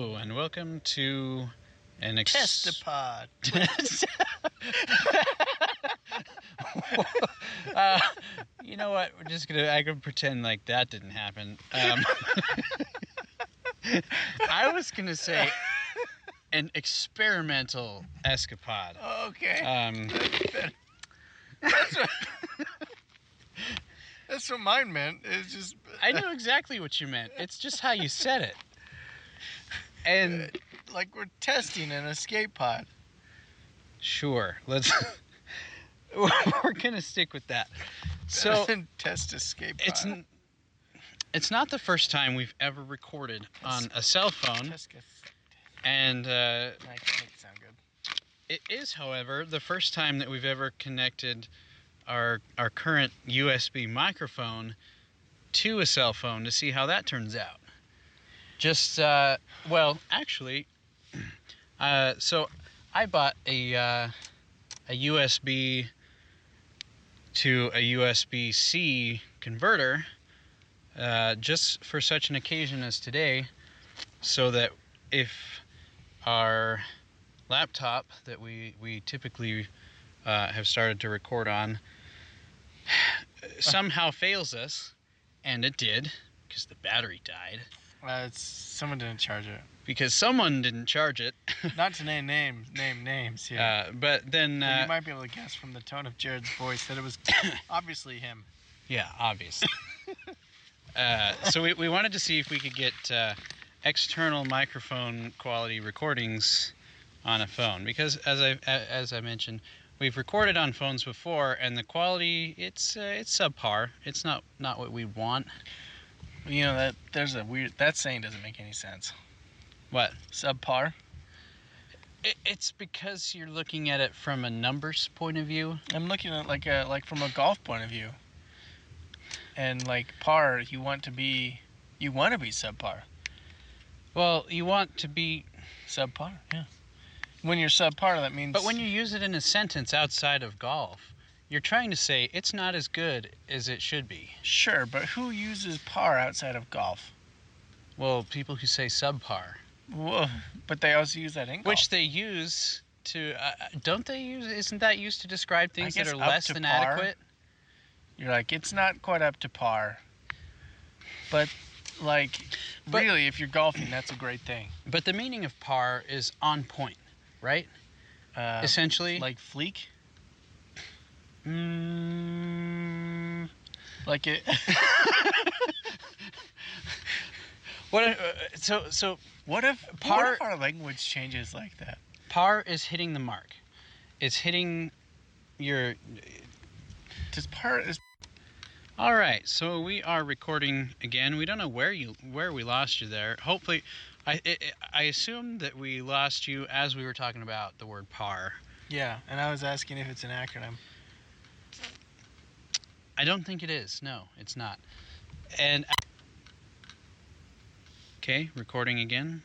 welcome to an ex- Testapod. uh, you know what? We're just gonna. I can pretend like that didn't happen. Um, I was gonna say an experimental escapade. Okay. Um, that's, what, that's what mine meant. It's just I knew exactly what you meant. It's just how you said it. And like we're testing an escape pod. sure, let's. we're gonna stick with that. So test escape pod. it's n- it's not the first time we've ever recorded on a cell phone, Test gets- and uh, I can make it sound good. it is, however, the first time that we've ever connected our our current USB microphone to a cell phone to see how that turns out. Just uh, well, actually, uh, so I bought a uh, a USB to a USB C converter uh, just for such an occasion as today, so that if our laptop that we we typically uh, have started to record on somehow fails us, and it did because the battery died Uh, it's someone didn't charge it. because someone didn't charge it. Not to name names, name names here. Uh, but then, But you uh, might be able to guess from the tone of Jared's voice that it was obviously him. yeah, obviously. uh, so we, we wanted to see if we could get uh, external microphone quality recordings on a phone because as I a- as I mentioned. We've recorded on phones before, and the quality it's uh, it's subpar. It's not not what we want. You know that there's a weird that saying doesn't make any sense. What? Subpar. It, it's because you're looking at it from a numbers point of view. I'm looking at like a like from a golf point of view. And like par, you want to be you want to be subpar. Well, you want to be, Subpar, yeah. When you're subpar, that means but when you use it in a sentence outside of golf, you're trying to say it's not as good as it should be. sure, but who uses par outside of golf? Well, people who say subpar, Whoa. But they also use that in golf. which they use to, uh, uh, don't they use? Isn't that used to describe things that guess are up less to than par. adequate? You're like, it's not quite up to par. But, like, But- really, if you're golfing, that's a great thing. But the meaning of par is on point, right? Uh, Essentially, like fleek? Mm, Like it. what? Uh, so, so what if par? Par- our language changes like that? par is hitting the mark. It's hitting your. Does par is All right, so we are recording again. We don't know where you where we lost you there. Hopefully, I i I assume that we lost you as we were talking about the word par. yeah? And I was asking if it's an acronym. I don't think it is. No, it's not. And okay, recording again.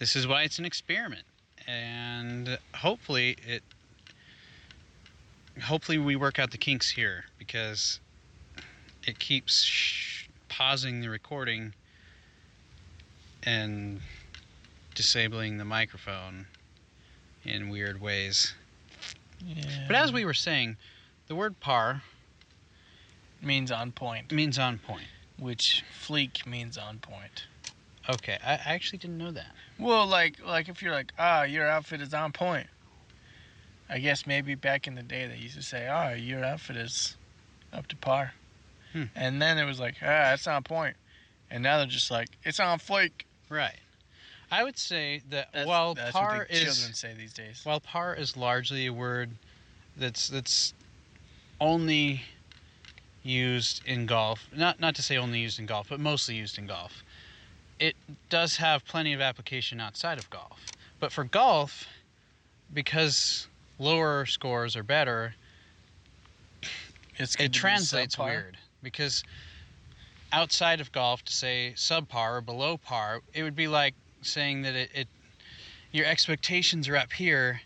This is why it's an experiment, and hopefully it. Hopefully we work out the kinks here because it keeps sh- pausing the recording and disabling the microphone in weird ways. Yeah. But as we were saying, the word par means on point, means on point. which fleek means on point. Okay, I I actually didn't know that. Well, like like if you're like, ah, your outfit is on point. I guess maybe back in the day they used to say, ah, your outfit is up to par. Hmm. And then it was like, ah, that's on point. And now they're just like, it's on flake. Right. I would say that That's, while that's par what the is children say these days. while par is largely a word that's that's only used in golf. Not not to say only used in golf, but mostly used in golf. It does have plenty of application outside of golf. But for golf, because lower scores are better, It's good it to be translates subpar. weird because outside of golf to say subpar or below par it would be like saying that it, it your expectations are up here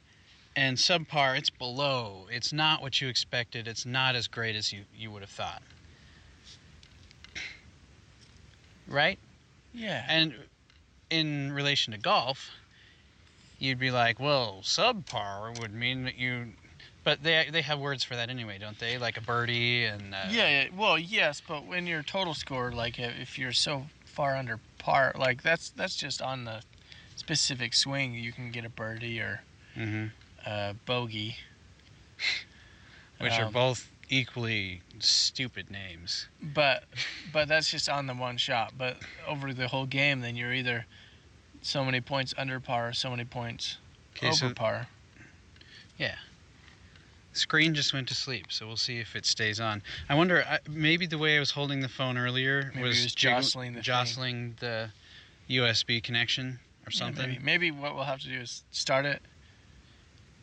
and subpar it's below it's not what you expected it's not as great as you, you would have thought right Yeah. and in relation to golf, you'd be like, well, subpar would mean that you. But they they have words for that anyway, don't they? Like a birdie and. Uh, yeah, yeah, well, yes, but when your total score, like if if you're so far under par, like that's that's just on the specific swing, you can get a birdie or hmm a bogey. Which are Um, both equally stupid names. But but that's just on the one shot. But over the whole game, then you're either so many points under par, or so many points Okay, over so par. screen just went to sleep, so we'll see if it stays on. I wonder, I, maybe the way I was holding the phone earlier Maybe it was, was jiggle- jostling the thing. jostling the USB connection or Yeah, something. maybe, maybe what we'll have to do is start it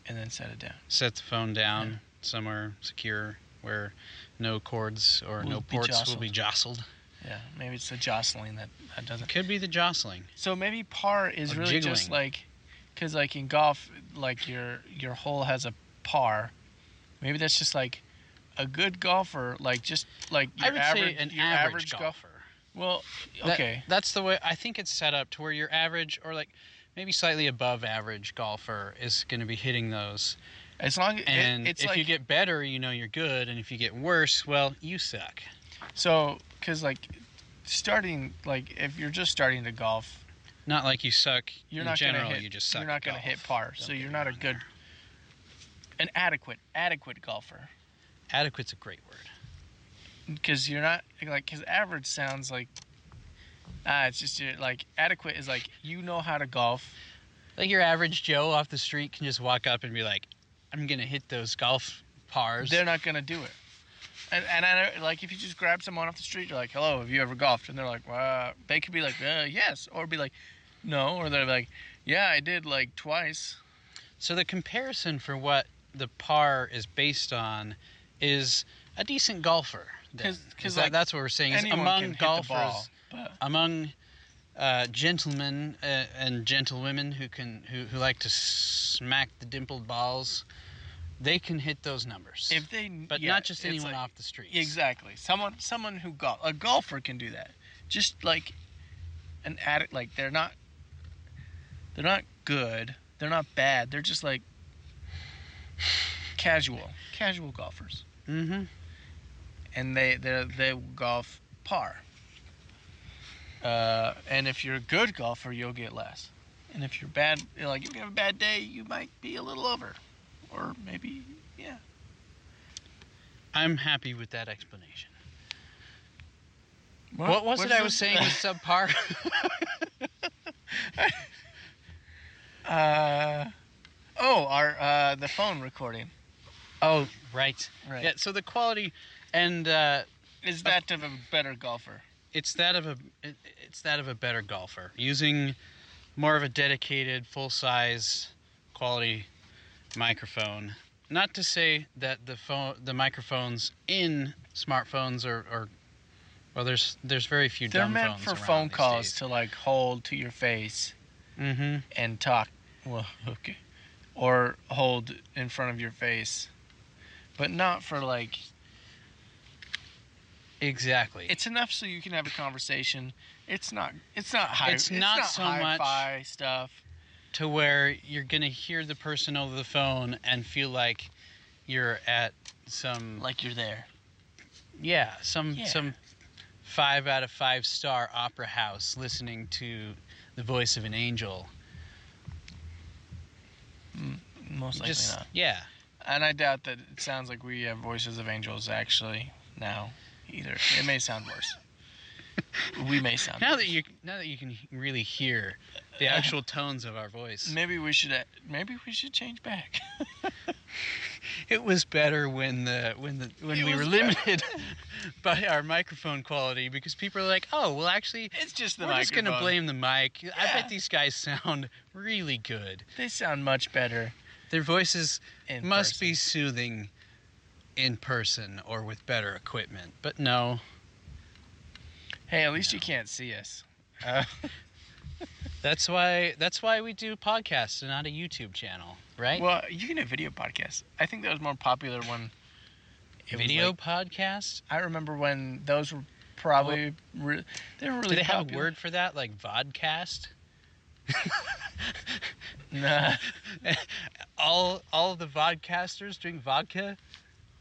and then set it down. Set the phone down somewhere secure where no cords or Will no be ports will be jostled. Yeah, maybe it's the jostling that, that doesn't. Could be the jostling. So maybe par is Or really just jiggling. like, because like in golf, like your your hole has a par. Maybe that's just like a good golfer, like just like your I would average, say an your average, golf- golfer. Well, That- okay, that's the way I think it's set up to where your average or like maybe slightly above average golfer is going to be hitting those. as long as And it's if like you get better, you know you're good, and if you get worse, well, you suck. so because like starting like if you're just starting to golf, Not like you suck you're in not general. gonna hit, you just suck. You're not at gonna hit golf. par, Don't so get you're me not a wrong good, there. an adequate adequate golfer Adequate's a great word. because you're not like because average sounds like ah it's just you're, like adequate is like you know how to golf. Like your average Joe off the street can just walk up and be like, "I'm gonna hit those golf pars." They're not gonna do it. And, and I know, like if you just grab someone off the street, you're like, "Hello, have you ever golfed?" And they're like, "Wow." They could be like, uh, "Yes," or be like, "No," or they're like, "Yeah, I did like twice." so the comparison for what the par is based on is a decent golfer. then. 'Cause- Is 'cause, that- like, that's what we're saying. Is Anyone among can hit the golfers, ball, but among uh, gentlemen uh, and gentlewomen who can who, who like to smack the dimpled balls, they can hit those numbers. if they, but yeah, not just it's anyone like- off the streets. Exactly. Someone someone who golf a golfer can do that. Just like an addict like they're not they're not good. They're not bad. They're just like casual. Casual golfers. Mm-hmm. And they they they golf par. Uh, and if you're a good golfer, you'll get less. And if you're bad, like if you have a bad day, you might be a little over, or maybe yeah. I'm happy with that explanation. What, was it I was saying was subpar? Uh, oh, our uh, the phone recording oh, right. Right. Yeah. So the quality, and uh, is that of a better golfer. it's that of a it- it's that of a better golfer using more of a dedicated full size quality microphone not to say that the phone the microphones in smartphones are, are well there's there's very few They're dumb meant phones for around phone these calls days. to like hold to your face mm-hmm and talk. Well, okay, or hold in front of your face, but not for like. exactly It's enough so you can have a conversation. It's not. It's not high. It's not so much- hi-fi stuff. to where you're gonna hear the person over the phone and feel like you're at some Like you're there. Yeah, some Yeah. some five out of five star opera house listening to the voice of an angel. Most likely Just not. yeah, And I doubt that it sounds like we have voices of angels actually now either. It may sound worse. we may sound. now worse. that you now that you can he- really hear the actual tones of our voice, Maybe we should. uh, Maybe we should change back. it was better when the when the when It we were was limited by our microphone quality because people are like, oh well, actually. It's just the We're just gonna microphone. blame the mic. I Yeah. bet these guys sound really good. They sound much better. Their voices In must be soothing in person or with better equipment. But no, Hey, at least you can't see us. That's why that's why we do podcasts and not a YouTube channel, right? Well, you can do video podcasts. I think that was more popular when. it was Video like- podcast? I remember when those were probably. re- they were really. do they have a popular. word for that? Like vodcast? Nah. all all of the vodcasters drink vodka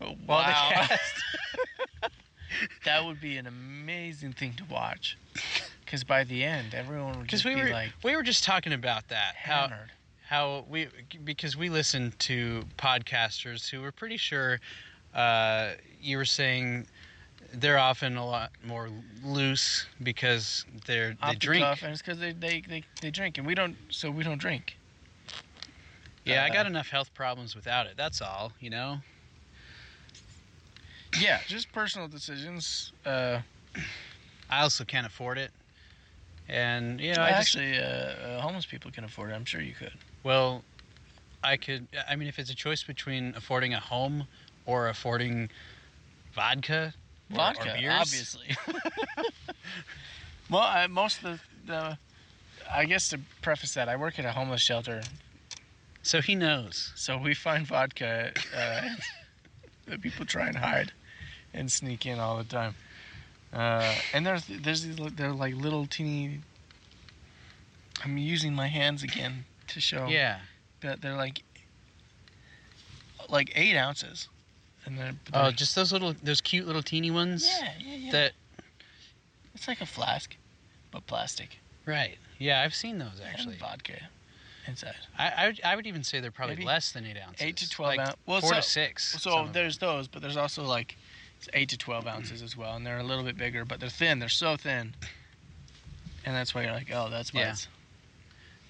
Oh, while they wow. cast. that would be an amazing thing to watch. Because by the end, everyone would Because we just be were like we were just talking about that how hammered. how we because we listened to podcasters who were pretty sure uh, you were saying they're often a lot more loose because they're they Off the drink. cuff, and it's because they, they, they, they drink, and we don't, so we don't drink. Yeah, I got Uh, enough health problems without it. That's all, you know. Yeah, just personal decisions. Uh, I also can't afford it, and you know I just actually, uh, uh, homeless people can afford it. I'm sure you could. Well, I could. I mean, if it's a choice between affording a home or affording vodka, or- Vodka, or beers, obviously. well, I, most of the, the, I guess to preface that, I work at a homeless shelter, so he knows. so we find vodka uh, that people try and hide and sneak in all the time. Uh, and there's there's these li- they're like little teeny. I'm using my hands again to show. Yeah, that they're like like eight ounces, and they're, but Oh, they're- just those little, those cute little teeny ones. uh, yeah, yeah, yeah. That it's like a flask, but plastic. right. Yeah, I've seen those and actually. vodka inside. I, I, would, I would even say they're probably Maybe less than eight ounces. eight to 12 like ounce- well, four so- to six. some So of them. there's those, but there's also like it's eight to twelve ounces as well, and they're a little bit bigger, but they're thin. They're so thin, and that's why you're like, oh, that's why. Yeah. It's,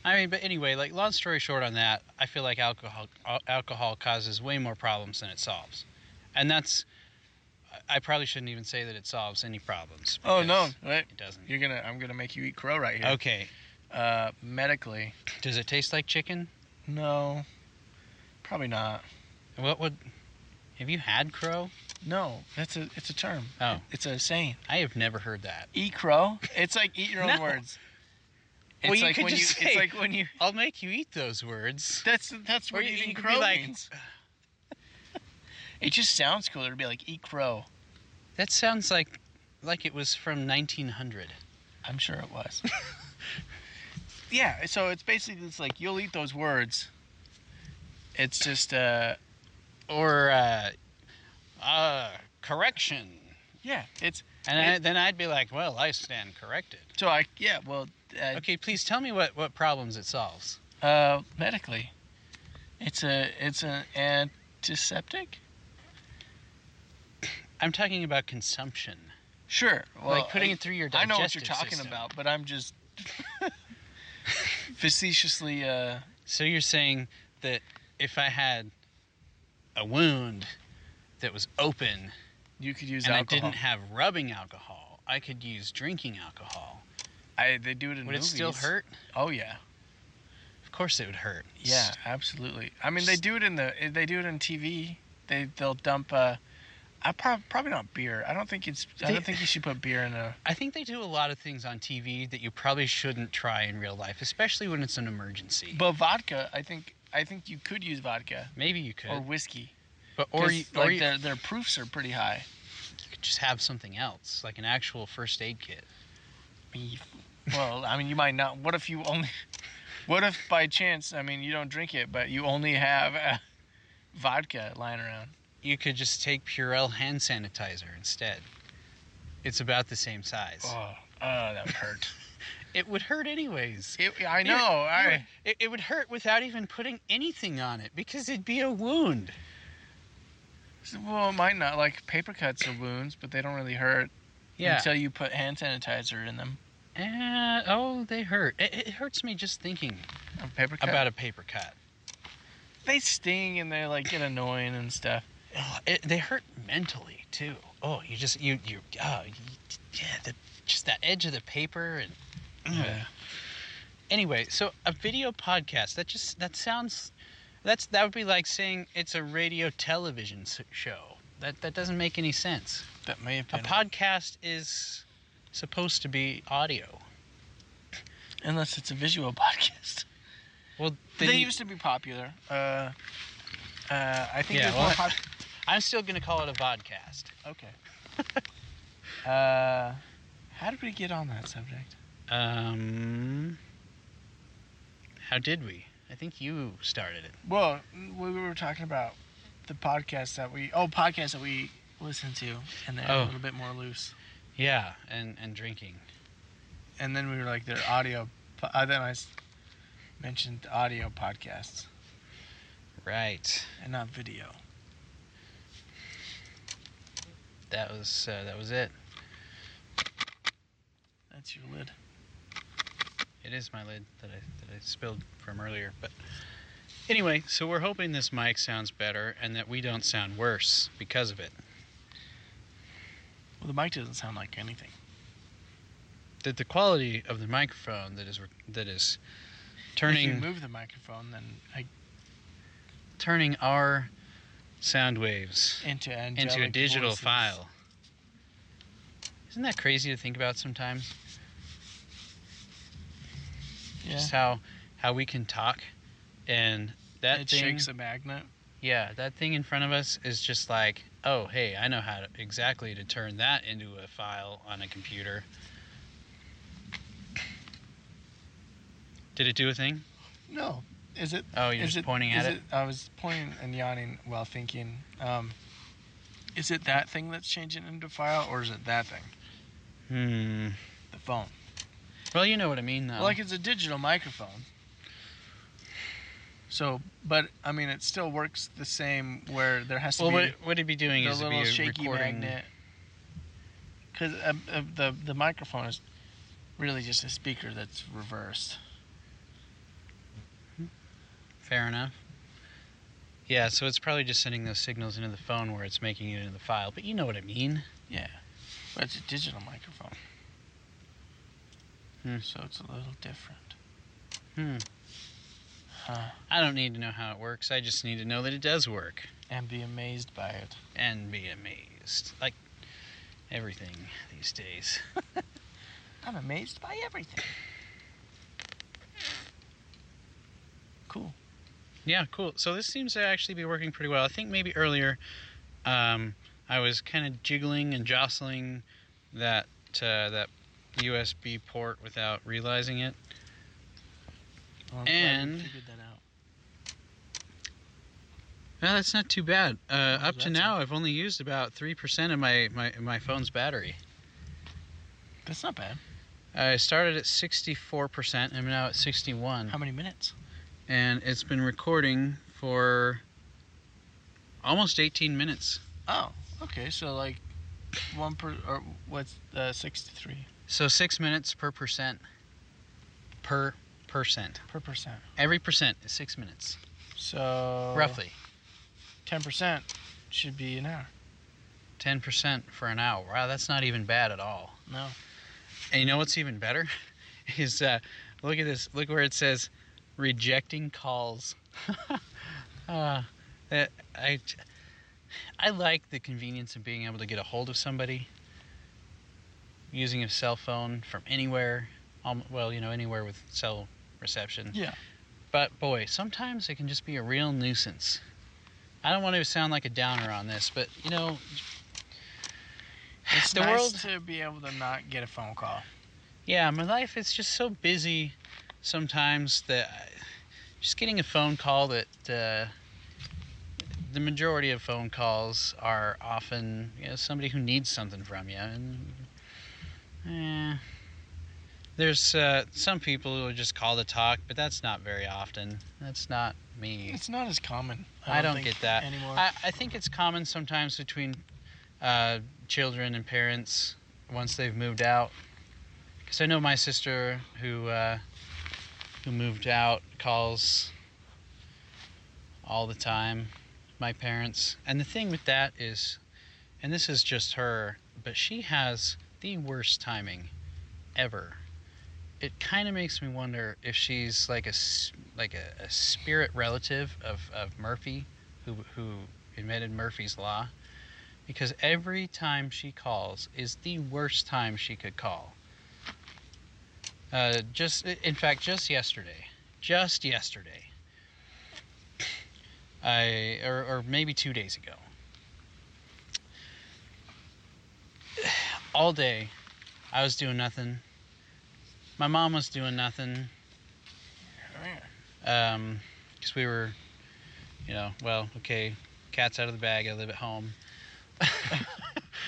I mean, but anyway, like long story short on that, I feel like alcohol al- alcohol causes way more problems than it solves, and that's. I- I probably shouldn't even say that it solves any problems. oh no, because wait, it doesn't. you're gonna I'm gonna make you eat crow right here. Okay, Uh, medically, does it taste like chicken? no, probably not. What would? Have you had crow? No, that's a it's a term. Oh. it's a saying. I have never heard that. Eat crow. It's like eat your own No. words. It's Well, you like could when just you. It's say- like when you. I'll make you eat those words. That's that's Or what you- eating you could be crow like- means. It just sounds cooler to be like eat crow. That sounds like like it was from 1900. I'm sure it was. yeah. So it's basically it's like you'll eat those words. It's just uh Or uh, uh, correction. yeah. It's And I, then I'd be like, well, I stand corrected. so I yeah well uh, Okay, please tell me what, what problems it solves. uh medically, it's a it's an antiseptic. I'm talking about consumption, Sure. Well, like putting I- it through your I digestive know what you're talking system. about, but I'm just facetiously. Uh, So you're saying that if I had a wound that was open you could use and alcohol. I didn't have rubbing alcohol, I could use drinking alcohol. I- they do it in Would movies. it still hurt? Oh yeah, Of course it would hurt. yeah, absolutely. I mean, they do it in the. They do it in TV. They they'll dump. Uh, I prob- probably not beer. I don't think it's. I They- don't think you should put beer in a. I think they do a lot of things on TV that you probably shouldn't try in real life, especially when it's an emergency. But vodka, I think. I think you could use vodka Maybe you could, or whiskey. but or 'cause, you, or like you their their proofs are pretty high. could just have something else, like an actual first aid kit. Well, I mean, you might not. What if you only? What if by chance, I mean, you don't drink it, but you only have uh, vodka lying around? You could just take Purell hand sanitizer instead. It's about the same size. Oh, oh that would hurt. It would hurt anyways. It, I know. You- I, you would- it, it would hurt without even putting anything on it because it'd be a wound. well, it might not. Like paper cuts are wounds, but they don't really hurt Yeah. until you put hand sanitizer in them. Eh, oh, they hurt. It, it hurts me just thinking A paper cut. about a paper cut. they sting and they like get annoying and stuff. Oh, it, they hurt mentally too. Oh, you just you you oh you, yeah the, just that edge of the paper and Yeah. anyway. So a video podcast that just that sounds that's that would be like saying it's a radio television s- show. That that doesn't make any sense. That may have A been. podcast is supposed to be audio. unless it's a visual podcast. Well, They, then you- used to be popular. Uh, uh, I think Yeah, there's more well, pop- I'm still gonna call it a vodcast. Okay. uh, how did we get on that subject? Um, How did we? I think you started it. Well, we were talking about the podcast that we oh podcast that we listen to, and they're Oh. a little bit more loose. Yeah, and and drinking. And then we were like their audio. po- Uh, then I s- mentioned audio podcasts Right. and not video. That was uh, that was it. That's your lid. It is my lid that I that I spilled from earlier. But anyway, so we're hoping this mic sounds better and that we don't sound worse because of it. Well, the mic doesn't sound like anything. That the quality of the microphone that is re- that is If you turning move the microphone, then I turning our sound waves into into a angelic digital voices. file. Isn't that crazy to think about sometimes? Yeah. Just how how we can talk and that it thing shakes a magnet. Yeah, that thing in front of us is just like, oh, hey, I know how to, exactly to turn that into a file on a computer. Did it do a thing? No, is it? Oh, you're is just pointing at is it? I was pointing and yawning while thinking. Um, is it that thing that's changing into file, or is it that thing, Hmm. the phone? Well, you know what I mean, though. Like it's a digital microphone. So, but I mean, it still works the same. Where there has to well, be what, what it'd be doing the is it'd be little a shaky recording. magnet. Because uh, uh, the the microphone is really just a speaker that's reversed. Fair enough. Yeah, so it's probably just sending those signals into the phone where it's making it into the file. But you know what I mean. Yeah, but it's a digital microphone. Hmm. So it's a little different. Hmm. Huh. I don't need to know how it works. I just need to know that it does work. And be amazed by it. and be amazed. Like everything these days. I'm amazed by everything. Cool. Yeah, cool. So this seems to actually be working pretty well. I think maybe earlier um, I was kind of jiggling and jostling that uh, that USB port without realizing it. Well, I'm glad we And- figured that out. No, that's not too bad. Uh, Oh, up to that's now, I've only used about three percent of my, my my phone's battery. That's not bad. I started at sixty-four percent. I'm now at sixty-one. How many minutes? and it's been recording for almost 18 minutes. Oh, okay. So like one per or what's uh, six to three So six minutes per percent. Per percent. per percent. Every percent is six minutes, So roughly. ten percent should be an hour. 10% for an hour. Wow, that's not even bad at all. No. And you know what's even better? Is uh, look at this. Look where it says rejecting calls. uh, that- I, I like the convenience of being able to get a hold of somebody using a cell phone from anywhere. Um, well, you know, anywhere with cell reception. Yeah. But boy, sometimes it can just be a real nuisance. I don't want to sound like a downer on this, but you know, It's the nice world to be able to not get a phone call. Yeah, my life is just so busy sometimes that I, just getting a phone call that uh, the majority of phone calls are often you know, somebody who needs something from you. And eh, there's uh, some people who just call to talk, but that's not very often. That's not me. It's not as common. I don't think, get that. anymore. I, I think it's common sometimes between uh, children and parents once they've moved out. Because I know my sister who uh, who moved out calls all the time. My parents, and the thing with that is, and this is just her, but she has the worst timing ever. It kind of makes me wonder if she's like a s- like a, a spirit relative of, of Murphy, who who invented Murphy's law, because every time she calls is the worst time she could call. Uh, just in fact, just yesterday, just yesterday, I or, or maybe two days ago, all day, Oh, I was doing nothing. My mom was doing nothing. because Um, we were, you know, well, okay, cat's out of the bag. I live at home. I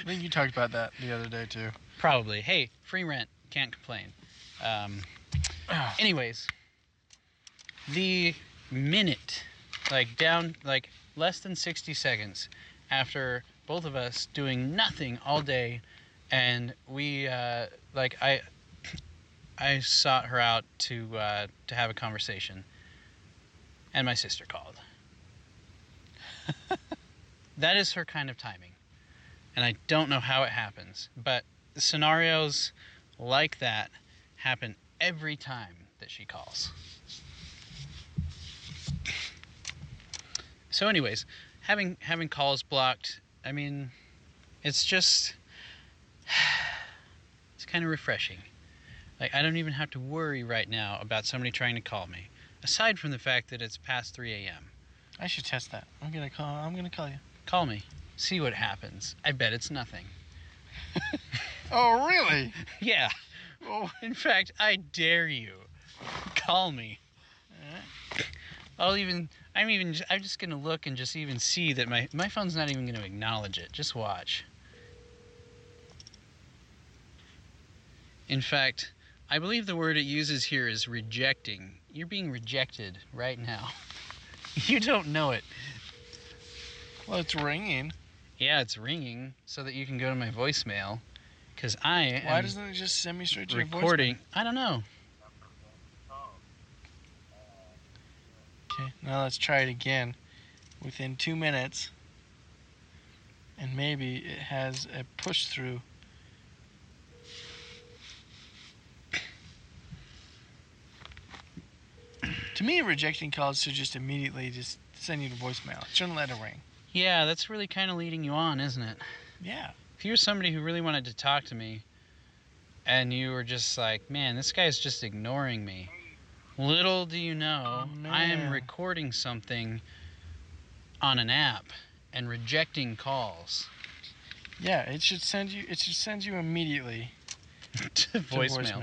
think you talked about that the other day too. Probably. Hey, free rent. Can't complain. Um, anyways, the minute, like down, like less than 60 seconds after both of us doing nothing all day, and we, uh, like, I, I sought her out to uh, to have a conversation, and my sister called. that is her kind of timing, and I don't know how it happens, but scenarios like that happen every time that she calls. So, anyways, having having calls blocked, I mean, it's just it's kind of refreshing. Like I don't even have to worry right now about somebody trying to call me, aside from the fact that it's past 3 a.m. I should test that. I'm gonna call. I'm gonna call you. Call me, see what happens. I bet it's nothing. Oh really? Yeah. Oh. In fact, I dare you. Call me. Alright. I'll even. I'm even. I'm just gonna look and just even see that my my phone's not even gonna acknowledge it. Just watch. In fact, I believe the word it uses here is rejecting. You're being rejected right now. You don't know it. Well, it's ringing. Yeah, it's ringing so that you can go to my voicemail, because I am Why doesn't it just send me straight to recording. I don't know. your voice? Okay. Now let's try it again. Within two minutes. And maybe it has a push through. To me, rejecting calls should just immediately just send you to voicemail. It shouldn't let it ring. Yeah, that's really kind of leading you on, isn't it? Yeah. if you're somebody who really wanted to talk to me and you were just like, man, this guy's just ignoring me, little do you know, Oh, I am man. recording something on an app and rejecting calls Yeah, it should send you. It should send you immediately to to voicemail.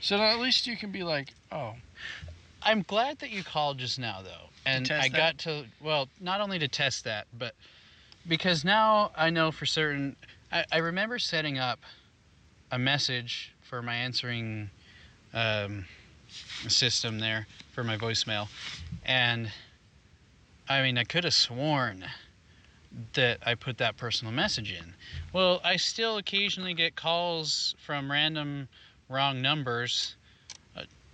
So that at least you can be like, oh, I'm glad that you called just now, though. And test I that? got to, well, not only to test that, but because now I know for certain, I, I remember setting up a message for my answering um, system there for my voicemail. And I mean, I could have sworn that I put that personal message in. Well, I still occasionally get calls from random wrong numbers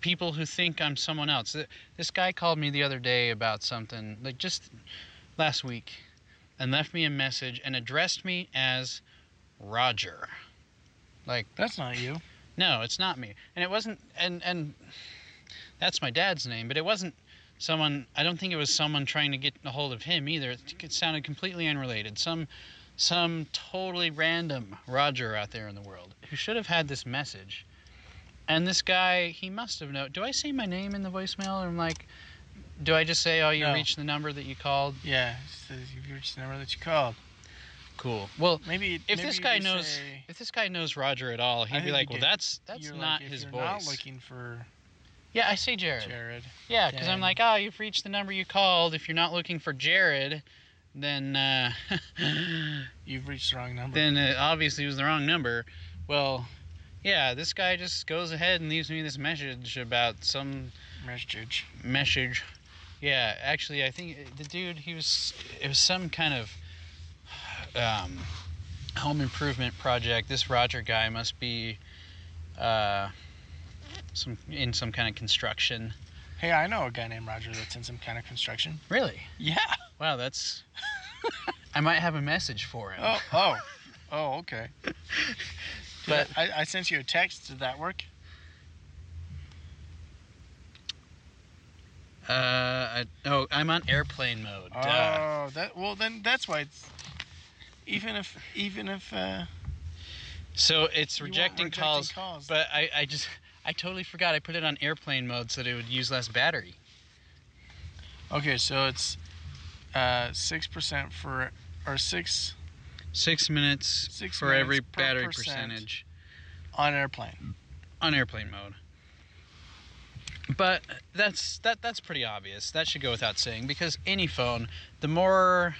people who think I'm someone else. Th- This guy called me the other day about something, like just last week, and left me a message and addressed me as Roger. that's not you. No, it's not me. And it wasn't and and that's my dad's name, but it wasn't someone I don't think it was someone trying to get a hold of him either. It, it sounded completely unrelated. Some some totally random Roger out there in the world who should have had this message. And this guy, he must have known. Do I say my name in the voicemail? Or I'm like, do I just say, oh, you No. reached the number that you called? Yeah, it says you've reached the number that you called. Cool. Well, Maybe if maybe this you guy could knows, say, if this guy knows Roger at all, I he'd be think like, you well, did. that's that's you're not like, his if voice. you're not looking for yeah, I say Jared. Jared. Yeah, because I'm Dang. like, oh, you've reached the number you called. If you're not looking for Jared, then uh, You've reached the wrong number. then uh, it obviously was the wrong number. Well, yeah, this guy just goes ahead and leaves me this message about some Message. message. Yeah, actually, I think the dude he was it was some kind of um, home improvement project. This Roger guy must be uh, some in some kind of construction. Hey, I know a guy named Roger that's in some kind of construction. Really? Yeah. Wow, that's. I might have a message for him. Oh, oh, oh, okay. Did But- I, I sent you a text. Did that work? Uh, I, oh, I'm on airplane mode. Duh. Oh, that well then that's why it's even if even if uh, so it's you want rejecting, calls, calls. but I, I just, I totally forgot. I put it on airplane mode so that it would use less battery. Okay, so it's uh six percent for or six Six minutes Six for minutes every per battery percent. percentage on airplane. on airplane mode. But that's that that's pretty obvious. That should go without saying because any phone, the more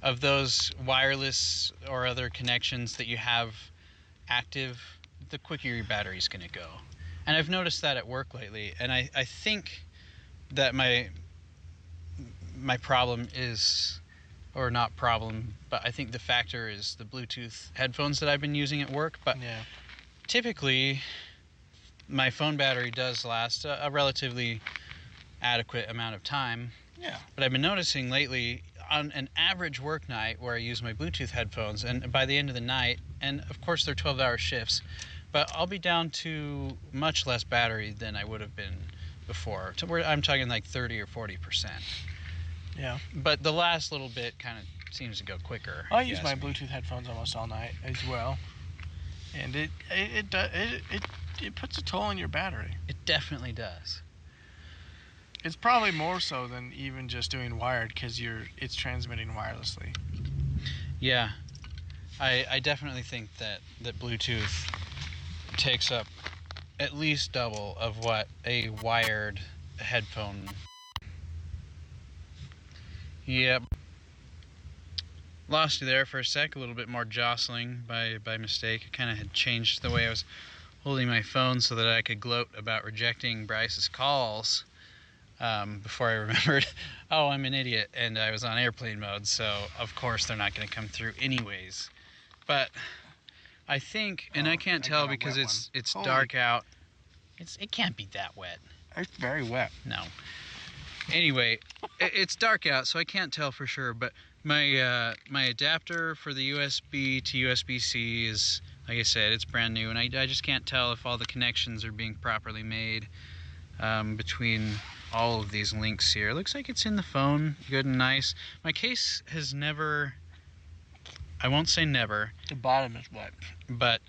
of those wireless or other connections that you have active, the quicker your battery's going to go. And I've noticed that at work lately, and I, I think that my my problem is or not problem, but I think the factor is the Bluetooth headphones that I've been using at work, but Yeah. typically my phone battery does last a, a relatively adequate amount of time Yeah. but i've been noticing lately on an average work night where i use my bluetooth headphones and by the end of the night and of course they're 12 hour shifts but i'll be down to much less battery than i would have been before to where i'm talking like 30 or 40 percent Yeah. but the last little bit kind of seems to go quicker I if you ask use my me. Bluetooth headphones almost all night as well, and it it it do- it it, it puts a toll on your battery. it definitely does It's probably more so than even just doing wired because you're it's transmitting wirelessly. Yeah, I I definitely think that that Bluetooth takes up at least double of what a wired headphone. Yep. Lost you there for a sec. A little bit more jostling by by mistake. I kind of had changed the way I was holding my phone so that I could gloat about rejecting Bryce's calls um, before I remembered, oh, I'm an idiot, and I was on airplane mode, so of course they're not going to come through anyways. But I think, and Oh, I can't I tell got a because wet it's it's Holy- dark out. It's it can't be that wet. It's very wet. No. Anyway, i- it's dark out, so I can't tell for sure. But my uh, my adapter for the USB to USB C is, like I said, it's brand new, and I, I just can't tell if all the connections are being properly made um, between all of these links here. Looks like it's in the phone, good and nice. My case has never, I won't say never, The bottom is wet. but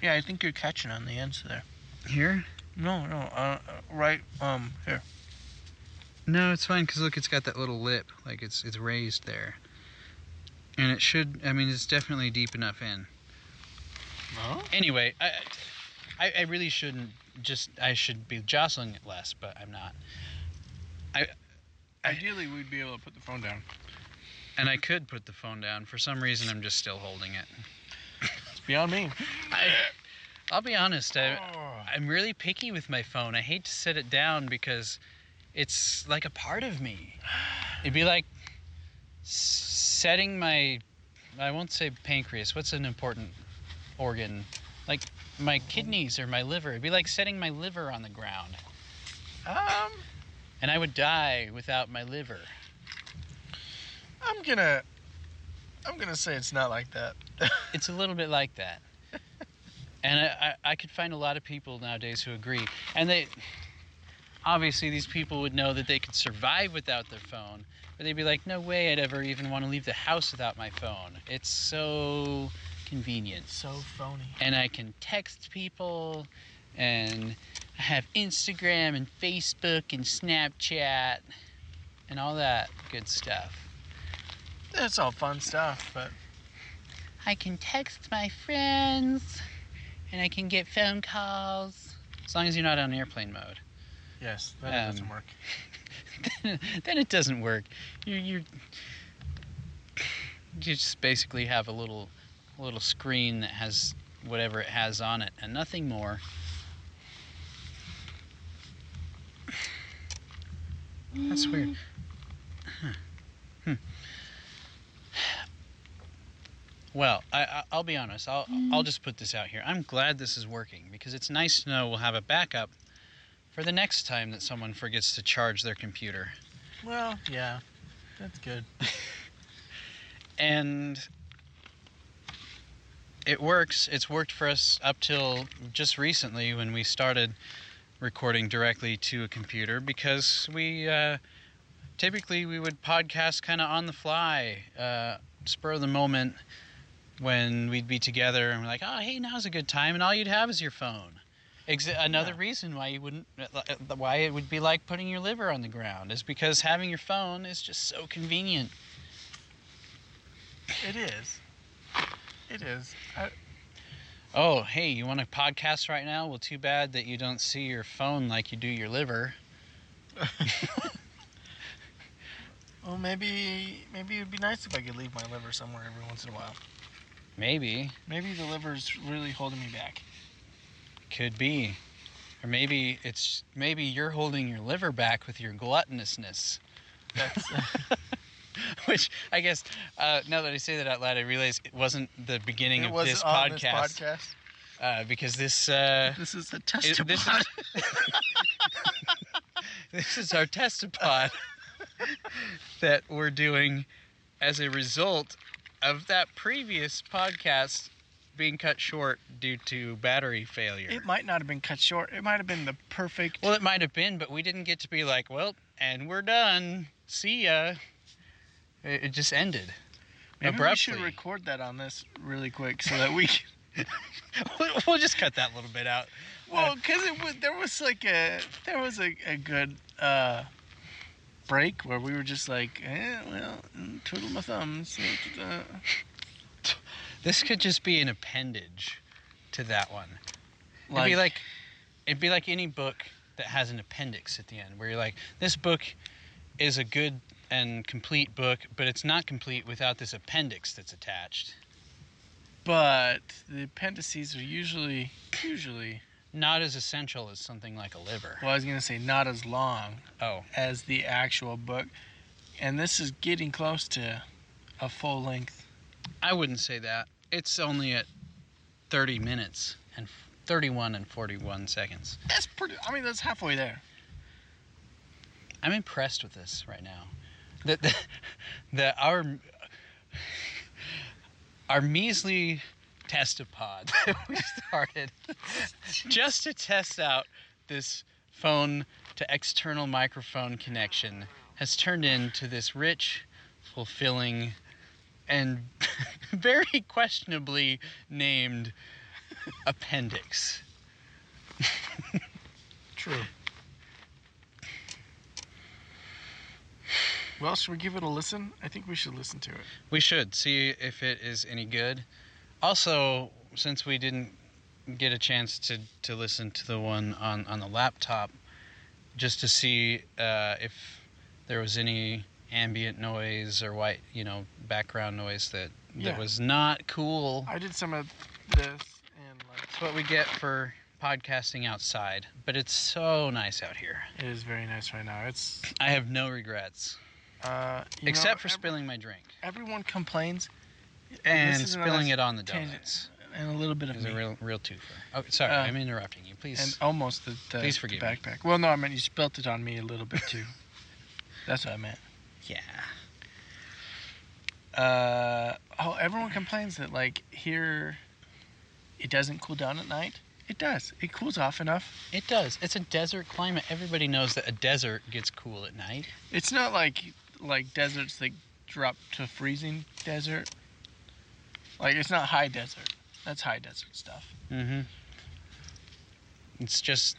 Yeah, I think you're catching on the ends there. here. No, no, uh, uh, right, um, here. No, it's fine because look, it's got that little lip, like it's it's raised there, and it should. I mean, it's definitely deep enough in. No. Anyway, I, I, I really shouldn't. Just I should be jostling it less, but I'm not. Ideally, we'd be able to put the phone down. And I could put the phone down. For some reason, I'm just still holding it. It's beyond me. I, I'll be honest. I, Oh. I'm really picky with my phone. I hate to set it down because it's like a part of me. It'd be like s- setting my I won't say pancreas. What's an important organ? Like my kidneys or my liver. It'd be like setting my liver on the ground. Um, And I would die without my liver. I'm gonna, I'm gonna say it's not like that. It's a little bit like that. And I, I, I could find a lot of people nowadays who agree. And they, obviously, these people would know that they could survive without their phone, but they'd be like, no way I'd ever even want to leave the house without my phone. It's so convenient. So phony. And I can text people, and I have Instagram and Facebook and Snapchat and all that good stuff. That's all fun stuff, but I can text my friends and I can get phone calls. As long as you're not on airplane mode. yes, that Um, doesn't work. then it doesn't work. You you you just basically have a little little screen that has whatever it has on it and nothing more. That's weird. Huh. Hmm. Well, I, I, I'll be honest. I'll, I'll just put this out here. I'm glad this is working because it's nice to know we'll have a backup for the next time that someone forgets to charge their computer. Well, yeah, that's good. And it works. It's worked for us up till just recently when we started recording directly to a computer because we uh, typically we would podcast kind of on the fly, uh, spur of the moment when we'd be together and we're like, oh, hey, now's a good time, and all you'd have is your phone. Ex- another Yeah. reason why you wouldn't, uh, why it would be like putting your liver on the ground is because having your phone is just so convenient. It is. It is. I, oh, hey, you want a podcast right now? Well, too bad that you don't see your phone like you do your liver. Well, maybe maybe it'd be nice if I could leave my liver somewhere every once in a while. Maybe. Maybe the liver's really holding me back. Could be. Or maybe it's maybe you're holding your liver back with your gluttonousness. That's Which I guess uh, now that I say that out loud, I realize it wasn't the beginning it of was this on podcast, this podcast. Uh, because this uh, This is a test It- this pod. this is our testapod that we're doing as a result of that previous podcast being cut short due to battery failure. It might not have been cut short. It might have been the perfect. well, it might have been, but we didn't get to be like, well, and we're done. See ya. It, it just ended. maybe we abruptly. should record that on this really quick so that we. Can, We'll- we'll just cut that little bit out. well, because it was there was like a there was a, a good uh, break where we were just like, eh, well, mm, twiddle my thumbs. uh, uh, This could just be an appendage to that one. Like, it'd be like it'd be like any book that has an appendix at the end where you're like, this book is a good and complete book, but it's not complete without this appendix that's attached. but the appendices are usually usually. Not as essential as something like a liver. Well, I was gonna say not as long Oh, as the actual book, and this is getting close to a full length. I wouldn't say that. It's only at 30 minutes and 31 and 41 seconds. That's pretty. I mean, that's halfway there. I'm impressed with this right now. That that, that our our measly testapod that we started just to test out this phone to external microphone connection has turned into this rich, fulfilling, and very questionably named appendix. True. Well, should we give it a listen? I think we should listen to it. We should see if it is any good. Also, since we didn't get a chance to, to listen to the one on, on the laptop, just to see uh, if there was any ambient noise or white, you know, background noise that, Yeah. that was not cool. I did some of this and like That's what we get for podcasting outside, but it's so nice out here. it is very nice right now. It's I have no regrets, uh you know, except for ev- spilling my drink Everyone complains and is another spilling it on the tangent. donuts. and a little bit It of was me a real, real twofer. Oh, sorry, Uh, I'm interrupting you. Please. and almost the, the, Please the forgive me. backpack. Well, no, I meant you spilt it on me a little bit too. That's what I meant. Yeah. Uh, oh, everyone complains that like here, it doesn't cool down at night. It does. It cools off enough It does. It's a desert climate. Everybody knows that a desert gets cool at night. It's not like like deserts that drop to freezing desert. Like it's not high desert. That's high desert stuff. Mm-hmm. It's just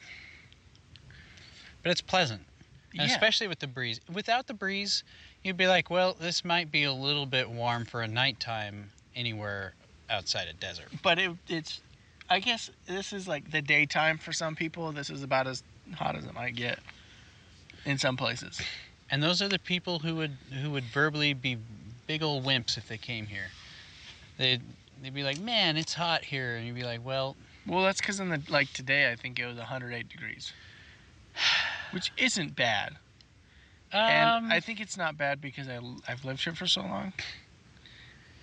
but it's pleasant. And especially with the breeze. Without the breeze, you'd be like, well, this might be a little bit warm for a nighttime anywhere outside a desert. But it, it's, I guess this is like the daytime for some people. This is about as hot as it might get. In some places. And those are the people who would who would verbally be big ol' wimps if they came here. They'd they'd be like, Man, it's hot here and you'd be like, Well, Well, that's because in the like today, I think it was 108 degrees, which isn't bad. um, And I think it's not bad because I I've lived here for so long.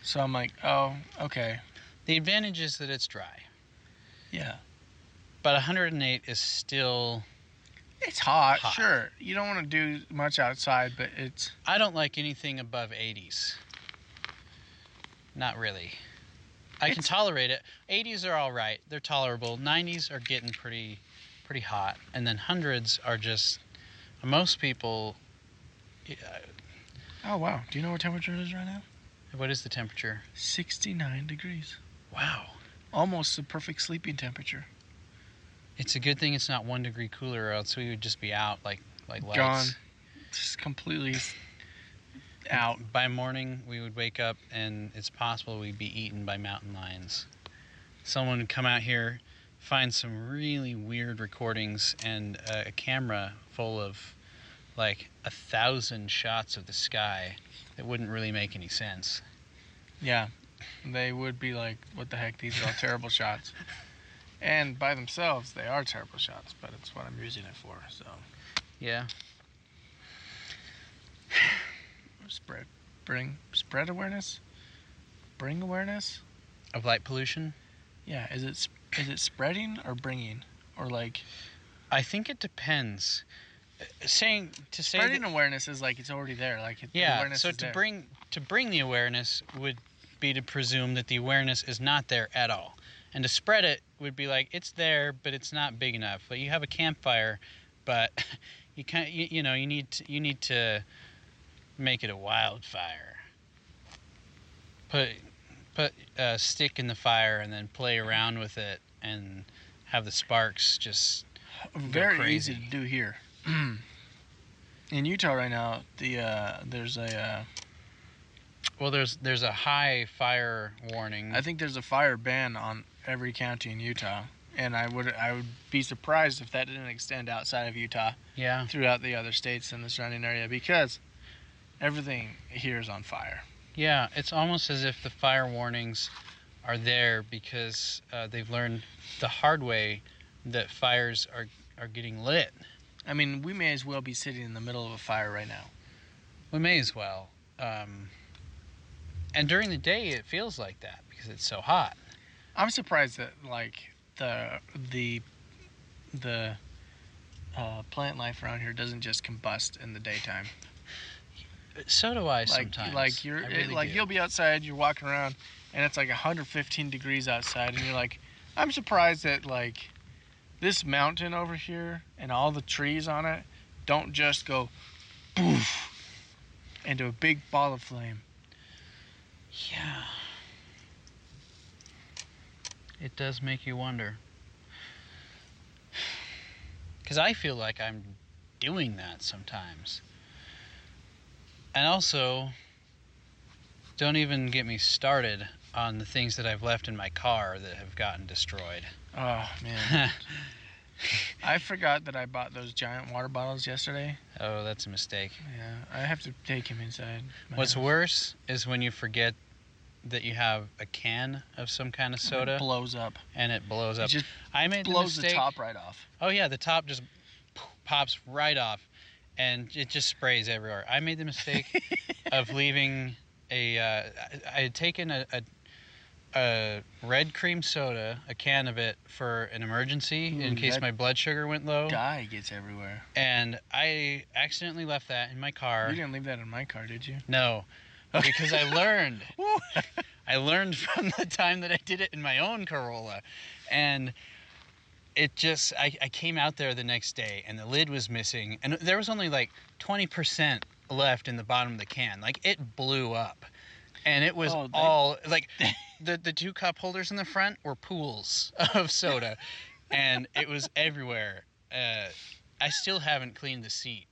So I'm like, oh, okay, the advantage is that it's dry. yeah. But 108 is still. It's hot, Hot. sure. You don't want to do much outside, but it's I don't like anything above 80s. Not really. I can It's- tolerate it. 80s are all right. They're tolerable. 90s are getting pretty, pretty hot, and then hundreds are just. Most people. yeah, oh wow. Do you know what temperature it is right now? What is the temperature? Sixty-nine degrees. Wow. Almost the perfect sleeping temperature. It's a good thing it's not one degree cooler, or else we would just be out like like lights. Gone. Just completely s- out. By morning, we would wake up, and it's possible we'd be eaten by mountain lions. someone would come out here, find some really weird recordings, and uh, a camera full of like a thousand shots of the sky that wouldn't really make any sense. Yeah. They would be like, what the heck? These are all terrible shots. And by themselves, they are terrible shots, but it's what I'm using it for. So, Yeah. spread, bring, spread awareness, bring awareness. Of light pollution? Yeah, is it s- is it spreading or bringing or like I think it depends. Uh, Saying to say that- spreading awareness is like it's already there, like it, the Yeah. awareness So is to there. bring to bring the awareness would be to presume that the awareness is not there at all, and to spread it would be like it's there, but it's not big enough. Like you have a campfire, but you can't. You, you know, you need to, you need to make it a wildfire. Put put a stick in the fire and then play around with it and have the sparks just very easy crazy. to do here. In Utah right now, the uh, there's a uh, well there's there's a high fire warning I think there's a fire ban on every county in Utah, and I would I would be surprised if that didn't extend outside of Utah yeah throughout the other states in the surrounding area because everything here is on fire. Yeah, it's almost as if the fire warnings are there because uh, they've learned the hard way that fires are, are getting lit. I mean, we may as well be sitting in the middle of a fire right now. We may as well. Um, and during the day, it feels like that because it's so hot. I'm surprised that like the the the uh, plant life around here doesn't just combust in the daytime. So do I like sometimes. like you're I it- really like do. you'll be outside you're walking around and it's like 115 degrees outside and you're like i'm surprised that like this mountain over here and all the trees on it don't just go poof into a big ball of flame Yeah. It does make you wonder. Because I feel like I'm doing that sometimes. And also, don't even get me started on the things that I've left in my car that have gotten destroyed. oh man i forgot that i bought those giant water bottles yesterday oh, that's a mistake. yeah i have to take him inside my What's house. worse is when you forget that you have a can of some kind of And it soda blows up and it blows it up. just I made blows the the, mistake top right off Oh yeah, the top just pops right off, and it just sprays everywhere. I made the mistake of leaving a. Uh, I- I had taken a, a a red cream soda, a can of it for an emergency in Ooh, case that- my blood sugar went low, dye gets everywhere and I accidentally left that in my car. you didn't leave that in my car did you No, Okay. because I learned. Woo. I learned from the time that I did it in my own Corolla. And it just, I, I came out there the next day and the lid was missing. And there was only like 20% left in the bottom of the can. Like it blew up. And it was Oh, they- all like the, the two cup holders in the front were pools of soda. and it was everywhere. Uh, I still haven't cleaned the seat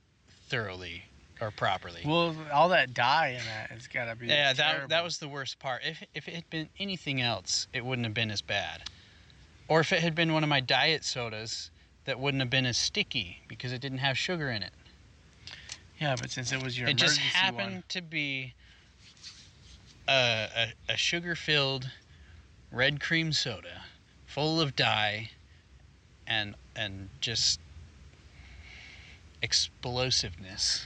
thoroughly or properly. Well, all that dye in that has got to be. Yeah, that that terrible. was the worst part. If if it had been anything else, it wouldn't have been as bad. Or if it had been one of my diet sodas, that wouldn't have been as sticky because it didn't have sugar in it. Yeah, but since it was your it just emergency happened one, to be a, a, a sugar-filled red cream soda full of dye and and just explosiveness.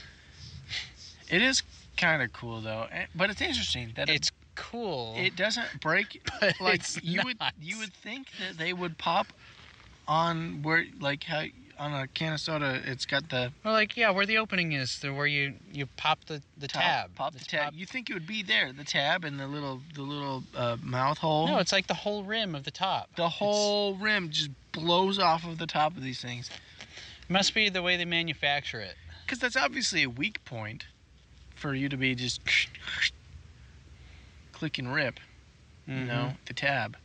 it is kind of cool though. eh, But it's interesting that It's cool. it, it doesn't break. but Like it's you would not. you would think that they would pop on where like how on a can of soda it's got the Well, like yeah, where the opening is, the where you you pop the the top, tab. pop the, tab. You think it would be there, the tab and the little the little uh, mouth hole. No, it's like the whole rim of the top. the whole rim just blows off of the top of these things. It's- must be the way they manufacture it. Because that's obviously a weak point for you to be just click and rip, you know, the tab.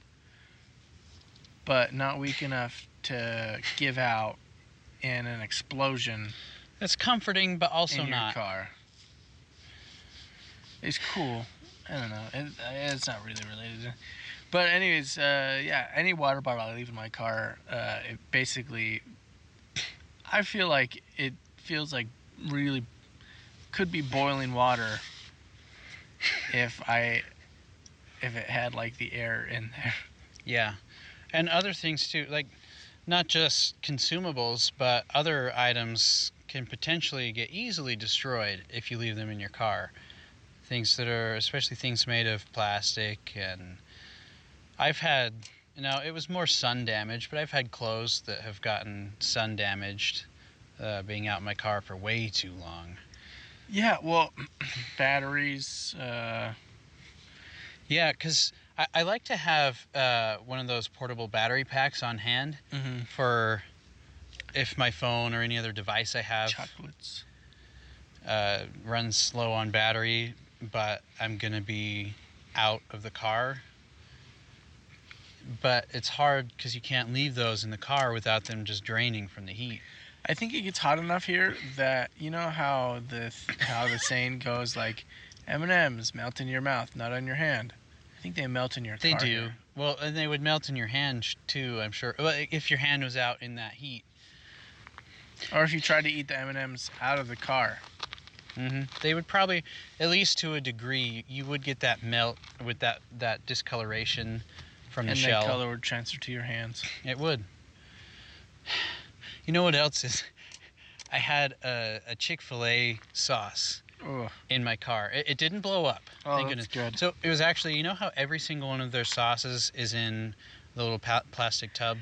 But not weak enough to give out in an explosion It's comforting, but also in your not. car. uh, It's cool. I don't know. It, it's not really related. But anyways, uh, yeah, any water bottle I leave in my car, uh, it basically, I feel like it feels like really could be boiling water if I if it had like the air in there. Yeah. And other things too, like not just consumables, but other items can potentially get easily destroyed if you leave them in your car. Things that are, especially things made of plastic. And I've had, you know, it was more sun damage, but I've had clothes that have gotten sun damaged uh, being out in my car for way too long. Yeah, well, batteries. Uh, Yeah, because I, I like to have uh, one of those portable battery packs on hand for if my phone or any other device I have Chocolates. uh, runs slow on battery, but I'm gonna be out of the car. But it's hard because you can't leave those in the car without them just draining from the heat. I think it gets hot enough here that you know how the how the saying goes like M and M's melt in your mouth, not on your hand. I think they melt in your. They car do. here. Well, and they would melt in your hand sh- too. I'm sure. Well, i- if your hand was out in that heat. Or if you try to eat the M and M's out of the car. hmm They would probably, at least to a degree, you would get that melt with that that discoloration from the and shell. that color would transfer to your hands. It would. You know what else is? I had a, a Chick Fil A sauce Oh, in my car. It, it didn't blow up. thank goodness. good. So it was actually, you know how every single one of their sauces is in the little pa- plastic tub,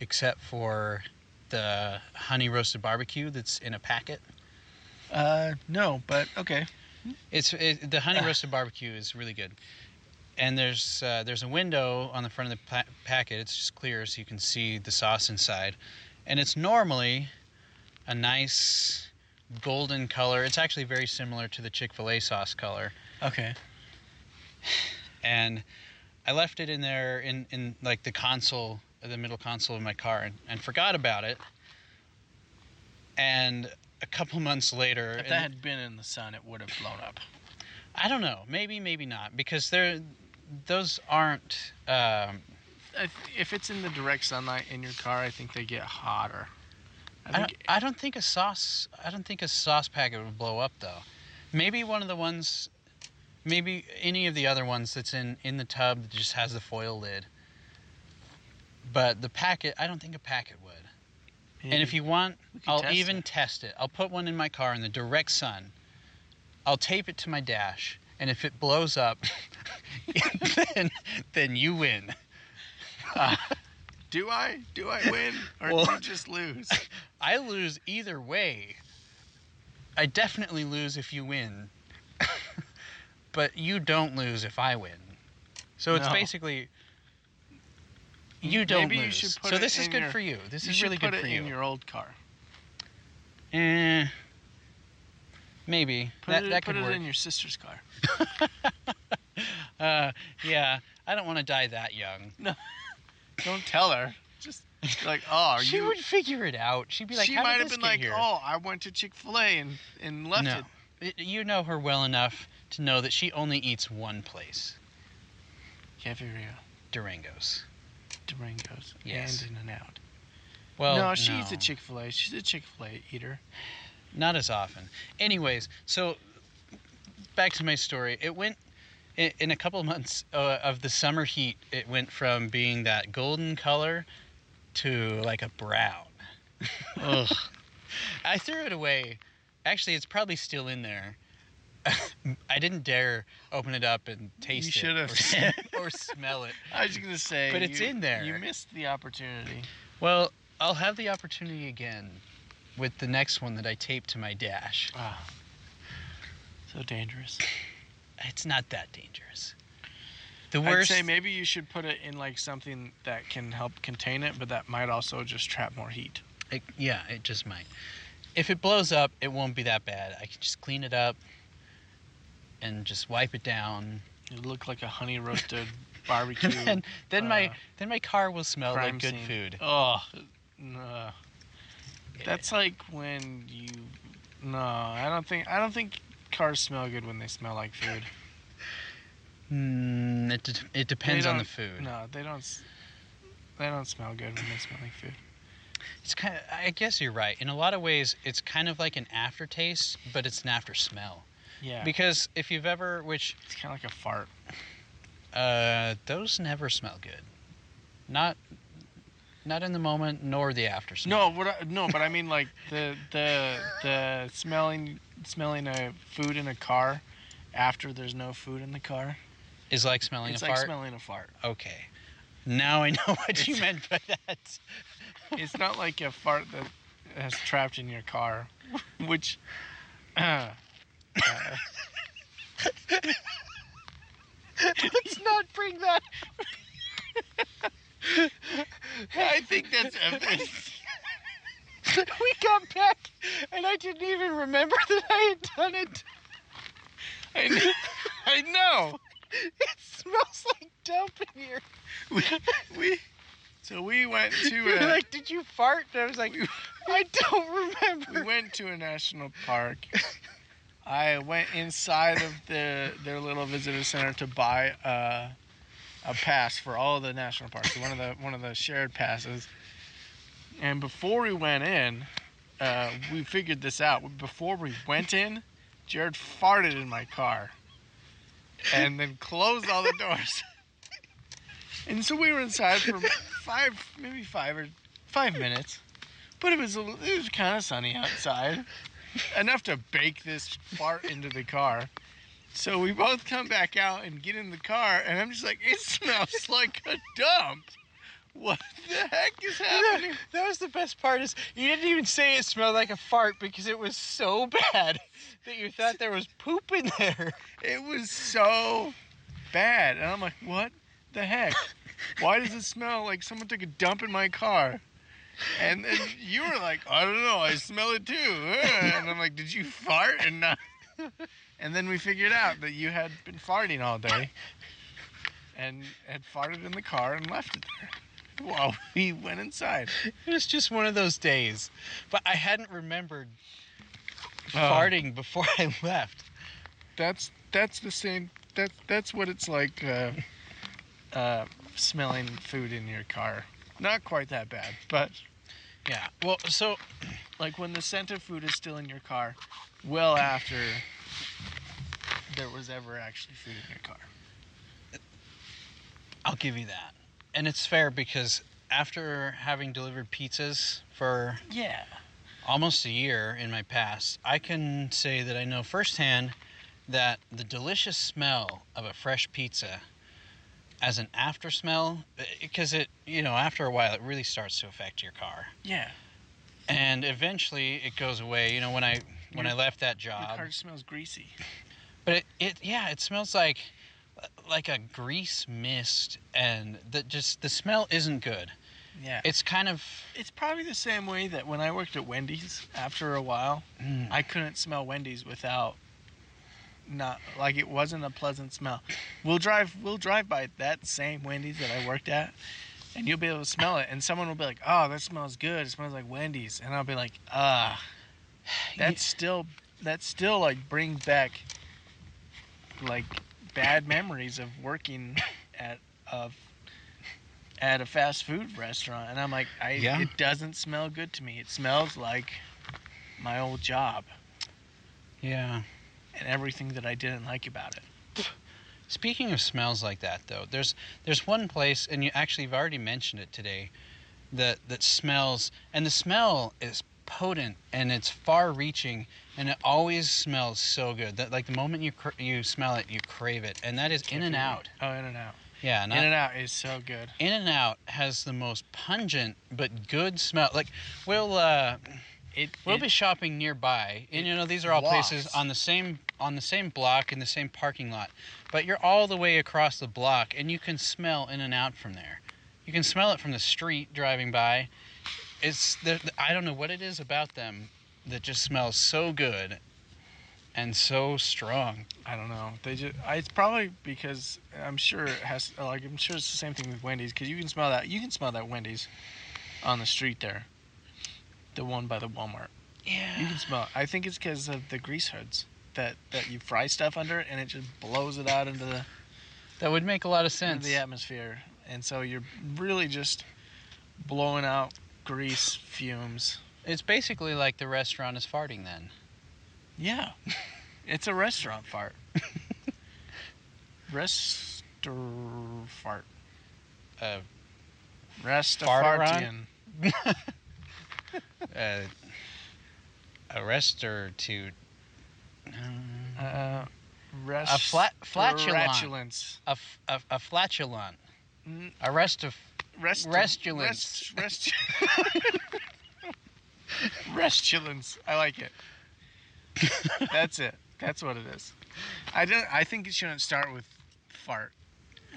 except for the honey roasted barbecue that's in a packet. Uh, no, but okay. It's it, the honey roasted barbecue is really good, and there's uh, there's a window on the front of the pa- packet. It's just clear, so you can see the sauce inside, and it's normally a nice golden color. It's actually very similar to the Chick Fil A sauce color, Okay. and I left it in there in in like the console, the middle console of my car, and, and forgot about it. And a couple months later, If and- that had been in the sun, it would have blown up. I don't know. Maybe, maybe not, because they're those aren't. Um, If, if it's in the direct sunlight in your car, I think they get hotter. I I, think don't, I don't think a sauce. I don't think a sauce packet would blow up though. Maybe one of the ones. Maybe any of the other ones that's in in the tub that just has the foil lid. But the packet, I don't think a packet would. And if you want, We could I'll test even it. test it. I'll put one in my car in the direct sun. I'll tape it to my dash, and if it blows up, then then you win. do I do I win or Well- do you just lose? I lose either way. I definitely lose if you win. but you don't lose if I win. So it's No. basically you don't Maybe lose. you should put so it this is in good your- for you. This you is should really put good it for in you. your old car. Eh, maybe Put that it, that put could it work. in your sister's car. uh, yeah, I don't want to die that young. Don't tell her. Just be like, oh, are she you? would figure it out. She'd be like, she "How did might have this been get like, here?" oh, I went to Chick Fil A and and left no. it. Y- You know her well enough to know that she only eats one place, Cafe Rio, Durango's. Durango's, Yes. and In and Out. Well, no, she eats Oh, no. at Chick Fil A. She's a Chick Fil A eater. Not as often. Anyways, so back to my story. It went in, in a couple months uh, of the summer heat. It went from being that golden color to like a brown. Ugh. I threw it away. Actually, it's probably still in there. I didn't dare open it up and taste should it have. or, sm- or smell it. I was gonna say, But it's you- in there. You missed the opportunity. Well, I'll have the opportunity again with the next one that I tape to my dash. Ah, so dangerous. It's not that dangerous. The I'd worst say maybe you should put it in like something that can help contain it, but that might also just trap more heat. It, yeah, it just might. If it blows up, it won't be that bad. I can just clean it up and just wipe it down. It looked like a honey roasted barbecue. And then, then my uh, then my car will smell crime like good scene. food. Oh, no. That's like when you. No, I don't think I don't think cars smell good when they smell like food. Mm, it, de- it depends They on the don't- food. No, they don't. s- They don't smell good when they smell like food. It's kind of, I guess you're right. In a lot of ways, it's kind of like an aftertaste, but it's an after smell. Yeah, Because if you've ever, which it's kind of like a fart. uh, those never smell good, not not in the moment nor the after smell. No, what? I, no, but I mean like the the the smelling smelling a food in a car after there's no food in the car. is like smelling it's a like fart. smelling a fart. okay, now I know what you It's- meant by that. It's not like a fart that has trapped in your car, which. Uh, uh, Let's not bring that. I think that's evidence. we got back, and I didn't even remember that I had done it. I kn- I know. It smells like dump in here. we, we so we went to You're a, like, did you fart? And I was like, I don't we remember. went to a national park. I went inside of the their little visitor center to buy a, a pass for all the national parks, one of the one of the shared passes. And before we went in, uh, we figured this out. Before we went in, Jared farted in my car, and then closed all the doors. and so we were inside for five, maybe five or five minutes. But it was a, it was kind of sunny outside, enough to bake this fart into the car. So we both come back out and get in the car, and I'm just like, it smells like a dump. What the heck is happening? That was the best part is you didn't even say it smelled like a fart because it was so bad that you thought there was poop in there. It was so bad, and I'm like, what the heck? Why does it smell like someone took a dump in my car? And then you were like, I don't know, I smell it too. And I'm like, did you fart and not? And then we figured out that you had been farting all day, and had farted in the car and left it there while we went inside. It was just one of those days. But I hadn't remembered Oh. farting before I left. That's that's the same. That's that's what it's like uh, uh, smelling food in your car. Not quite that bad, but Yeah. Well, so like when the scent of food is still in your car, well after there was ever actually food in your car. I'll give you that. And it's fair because after having delivered pizzas for Yeah. almost a year in my past, I can say that I know firsthand that the delicious smell of a fresh pizza as an after smell, because it, you know, after a while, it really starts to affect your car. Yeah. And eventually it goes away. You know, when I, when I left that The job, car smells greasy. but it, it yeah, it smells like like a grease mist and the just the smell isn't good. Yeah. It's kind of It's probably the same way that when I worked at Wendy's, after a while, mm, I couldn't smell Wendy's without not like it wasn't a pleasant smell. We'll drive we'll drive by that same Wendy's that I worked at and you'll be able to smell it and someone will be like, "Oh, that smells good. It smells like Wendy's." And I'll be like, "Ah, that's still that still like brings back like bad memories of working at of at a fast food restaurant." And I'm like, "I Yeah. it doesn't smell good to me. It smells like my old job." yeah. and everything that I didn't like about it. Speaking of smells like that, though, there's there's one place, and you actually you've already mentioned it today, that that smells, and the smell is potent and it's far-reaching, and it always smells so good. That like the moment you cr- you smell it, you crave it, and that is In and Out. Oh, In and Out. Yeah, in not, and Out is so good. In and Out has the most pungent but good smell. Like we'll uh, It, we'll it- be shopping nearby, and you know these are all places Lots. on the same on the same block in the same parking lot, but you're all the way across the block, and you can smell in and out from there. You can smell it from the street driving by. It's there, I don't know what it is about them that just smells so good and so strong. I don't know. They just. I, it's probably because I'm sure it has. Like I'm sure it's the same thing with Wendy's because you can smell that. You can smell that Wendy's on the street there. The one by the Walmart. You Yeah. can smell. it. I think it's because of the grease hoods that that you fry stuff under and it just blows it out into the That would make a lot of into sense. the atmosphere, and so you're really just blowing out grease fumes. It's basically like the restaurant is farting then. Yeah, it's a restaurant fart. Restor fart. Uh, Restafartian. uh, a rest or two. Uh, rest- A flat- flatulent. Flatulence. A, f- a, a flatulant. Mm. A rest of. Rest- Restulence. Rest, rest- restulence. I like it. That's it. That's what it is. I don't. I think it shouldn't start with fart,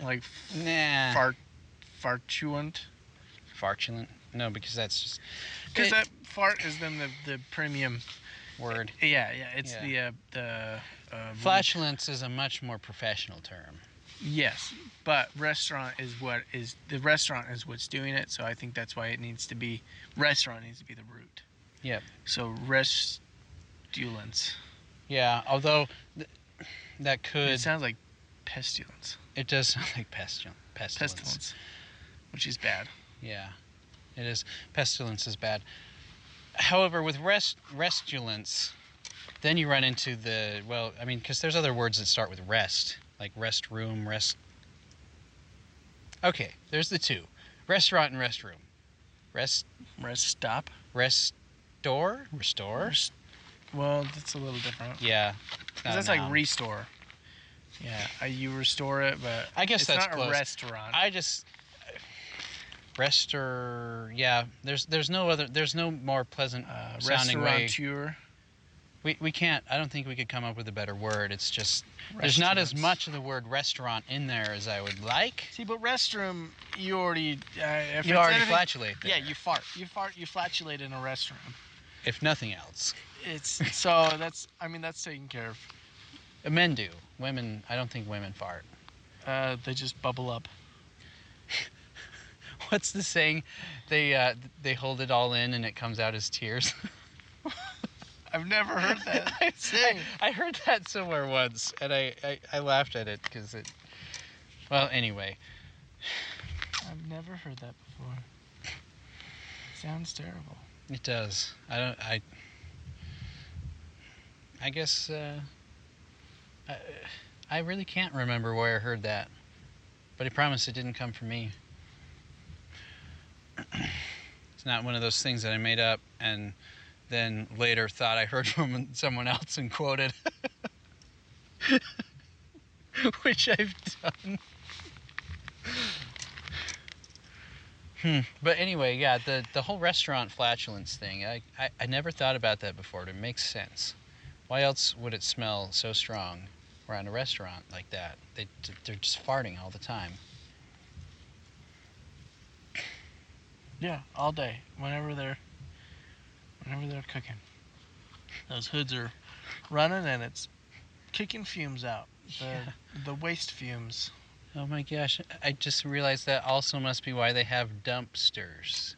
like Nah. fart, fartuant, Fartulant. No, because that's just because It- that fart is then the, the premium. word. Yeah, yeah. It's Yeah. the uh, the uh, Flatulence is a much more professional term. Yes, but restaurant is what is the restaurant is what's doing it. So I think that's why it needs to be restaurant needs to be the root. Yep. So restulence. Yeah, although th- that It could. sounds like pestilence. it does sound like pestil- pestilence. Pestilence, which is bad. Yeah, it is. Pestilence is bad. However, with rest, restulence, then you run into the well. I mean, because there's other words that start with rest, like rest room, rest. Okay, there's the two: restaurant and rest room. Rest, Rest stop. rest, store, restore. Rest- Well, that's a little different. Yeah, 'Cause that's Um, like restore. Yeah, uh, you restore it, but I guess it's that's not close. a restaurant. I just rester. Yeah, there's there's no other. There's no more pleasant uh, sounding way. restaurateur. We, we can't. I don't think we could come up with a better word. It's just there's not as Restaurants. much of the word restaurant in there as I would like. See, but restroom, you already. Uh, if You it's already anything- flatulate. There, Yeah, you fart. You fart. You flatulate in a restroom. If nothing else, It's so that's. I mean, that's taken care of. men do. Women. I don't think women fart. Uh, they just bubble up. What's the saying? They uh, they hold it all in and it comes out as tears. I've never heard that. I, saying. I heard that somewhere once and I I, I laughed at it because it. Well, anyway, I've never heard that before. Sounds terrible. it does. I don't. I. I guess. Uh, I, I really can't remember where I heard that, but I promise it didn't come from me. it's not one of those things that I made up and then later thought I heard from someone else and quoted, which I've done. Hmm. But anyway, yeah, the, the whole restaurant flatulence thing, I, I, I never thought about that before, but it makes sense. Why else would it smell so strong around a restaurant like that? They, they're just farting all the time. Yeah, all day, whenever they're, whenever they're cooking. Those hoods are running, and it's kicking fumes out. The Yeah. the waste fumes. Oh my gosh, I just realized that also must be why they have dumpsters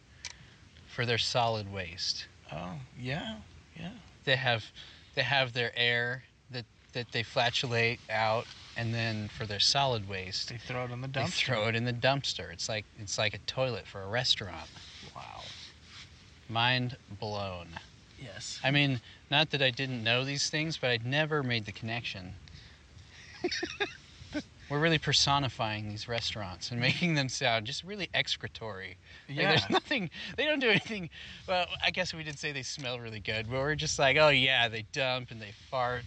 for their solid waste. Oh yeah. They have they have their air that that they flatulate out and then for their solid waste They throw it in the dumpster. they throw it in the dumpster. It's like it's like a toilet for a restaurant. Wow. Mind blown. Yes. I mean, not that I didn't know these things, but I'd never made the connection. We're really personifying these restaurants and making them sound just really excretory. Like, Yeah. there's nothing, they don't do anything. Well, I guess we did say they smell really good, but we're just like, oh yeah, they dump and they fart.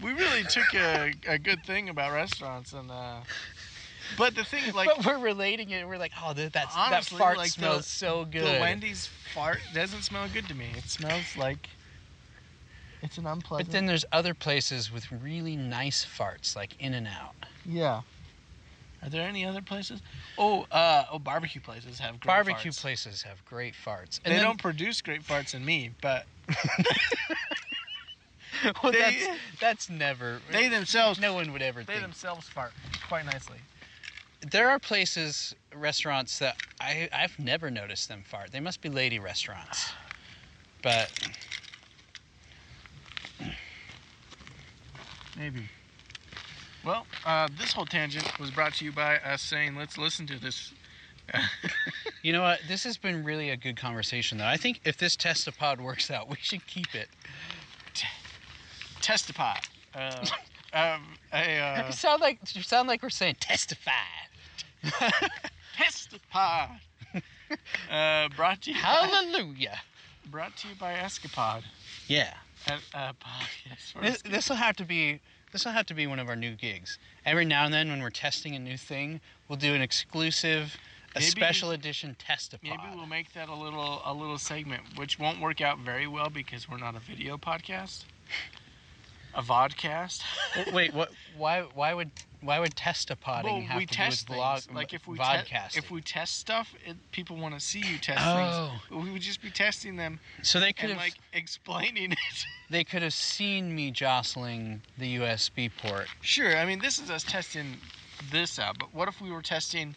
We really took a, a good thing about restaurants and uh but the thing like but we're relating it. We're like, oh, that, that's, Honestly, that fart like, the- smells so the good. Wendy's fart doesn't smell good to me. It smells like it's an unpleasant But then there's other places with really nice farts, like In and Out. yeah. Are there any other places? Oh, uh oh barbecue places have great Barbecue farts. places have great farts. They then- don't produce great farts in me, but Well, They- that's, that's never. they themselves no one would ever they think. themselves fart quite nicely. there are places, restaurants that I I've never noticed them fart. They must be lady restaurants, but Maybe. Well, uh, this whole tangent was brought to you by us saying, let's listen to this. You know what? This has been really a good conversation, though. I think if this testapod works out, we should keep it. Testapod. Uh, um, a, uh, you sound like you sound like we're saying testify. Testapod. uh, brought to you by, Hallelujah. brought to you by Escapod. Yeah. Uh, uh, podcast for This Esca- this will have to be this will have to be one of our new gigs. Every now and then, when we're testing a new thing, we'll do an exclusive, a Maybe- special edition testapod. Maybe we'll make that a little a little segment, which won't work out very well because we're not a video podcast. A vodcast. W- Wait, what? Why? Why would? Why would testapodding Well, have we to test do with vlog? things. Like if we vodcasting. te- if we test stuff, it, people want to see you test Oh. things. But we would just be testing them so they could and have like explaining it. they could have seen me jostling the USB port. sure, I mean this is us testing this out, but what if we were testing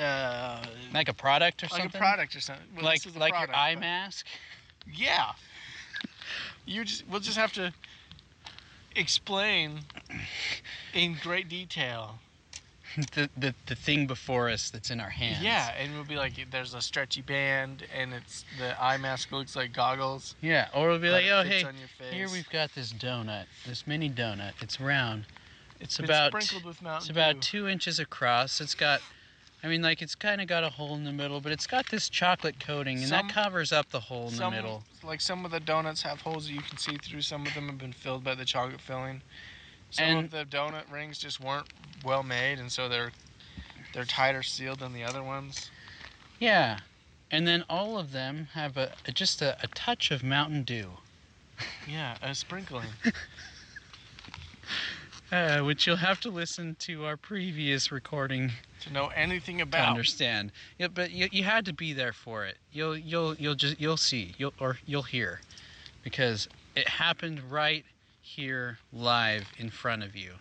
uh, like a product or like a something. product or something? Well, like this is a like product, your eye but- mask. Yeah. You just we'll just have to explain in great detail. the, the the thing before us that's in our hands. Yeah, and we'll be like, there's a stretchy band, and it's the eye mask looks like goggles. Yeah. Or we'll be but like, it oh fits hey, on your face. here we've got this donut, this mini donut. It's round. It's It's about sprinkled with Mountain it's about Dew. two inches across. It's got, I mean, like it's kind of got a hole in the middle, but it's got this chocolate coating, and Some- that covers up the hole in some, the middle. Like some of the donuts have holes that you can see through. Some of them have been filled by the chocolate filling. Some And- of the donut rings just weren't well made, and so they're they're tighter sealed than the other ones. Yeah. And then all of them have a just a, a touch of Mountain Dew, Yeah, a sprinkling. uh, which you'll have to listen to our previous recording to know anything to about. understand. Yeah, but you, you had to be there for it. You'll you'll you'll just you'll see. You'll or you'll hear, because it happened right here, live in front of you,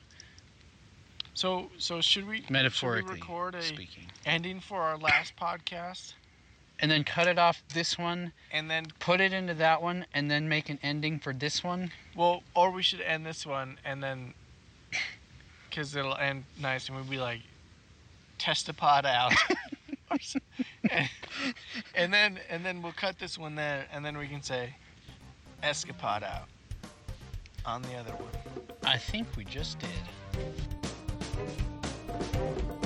So so should we should metaphorically we record a speaking. ending for our last podcast And then cut it off this one, and then put it into that one, and then make an ending for this one. well or we should end this one and then because it'll end nice and we'll be like test a pod out Or so- and, and then and then we'll cut this one there and then we can say escapade out on the other one. I think we just did.